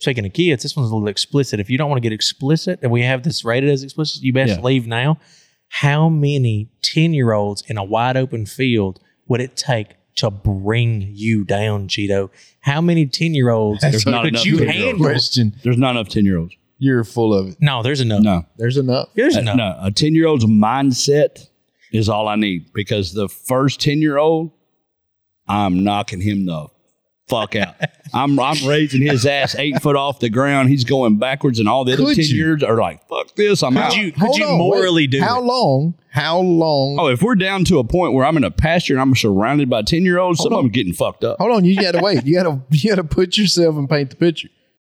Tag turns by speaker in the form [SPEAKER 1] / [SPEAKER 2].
[SPEAKER 1] taking the kids. This one's a little explicit. If you don't want to get explicit, and we have this rated as explicit, you best
[SPEAKER 2] Yeah.
[SPEAKER 1] leave now. How many 10 year olds in a wide open field would it take to bring you down, Cheeto? How many 10 year olds
[SPEAKER 2] There's not
[SPEAKER 1] could
[SPEAKER 2] enough
[SPEAKER 1] you
[SPEAKER 2] 10-year-olds.
[SPEAKER 1] handle?
[SPEAKER 3] Question.
[SPEAKER 2] There's not enough ten year olds.
[SPEAKER 3] You're full of it.
[SPEAKER 1] No, there's enough.
[SPEAKER 2] No,
[SPEAKER 3] There's enough.
[SPEAKER 1] There's
[SPEAKER 2] Uh,
[SPEAKER 1] enough.
[SPEAKER 2] no. A ten year old's mindset is all I need because the first ten year old, I'm knocking him the fuck out. I'm I'm raising his ass eight foot off the ground. He's going backwards, and all the other
[SPEAKER 3] Could
[SPEAKER 2] ten
[SPEAKER 3] you?
[SPEAKER 2] years are like fuck this. I'm
[SPEAKER 1] Could
[SPEAKER 2] out.
[SPEAKER 1] you, could
[SPEAKER 3] Hold
[SPEAKER 1] you
[SPEAKER 3] on,
[SPEAKER 1] morally
[SPEAKER 3] wait.
[SPEAKER 1] do
[SPEAKER 3] How
[SPEAKER 1] it?
[SPEAKER 3] long? How long?
[SPEAKER 2] Oh, if we're down to a point where I'm in a pasture and I'm surrounded by ten year olds, some of them getting fucked up.
[SPEAKER 3] Hold on. You got to wait. You got to you got to put yourself and paint the picture.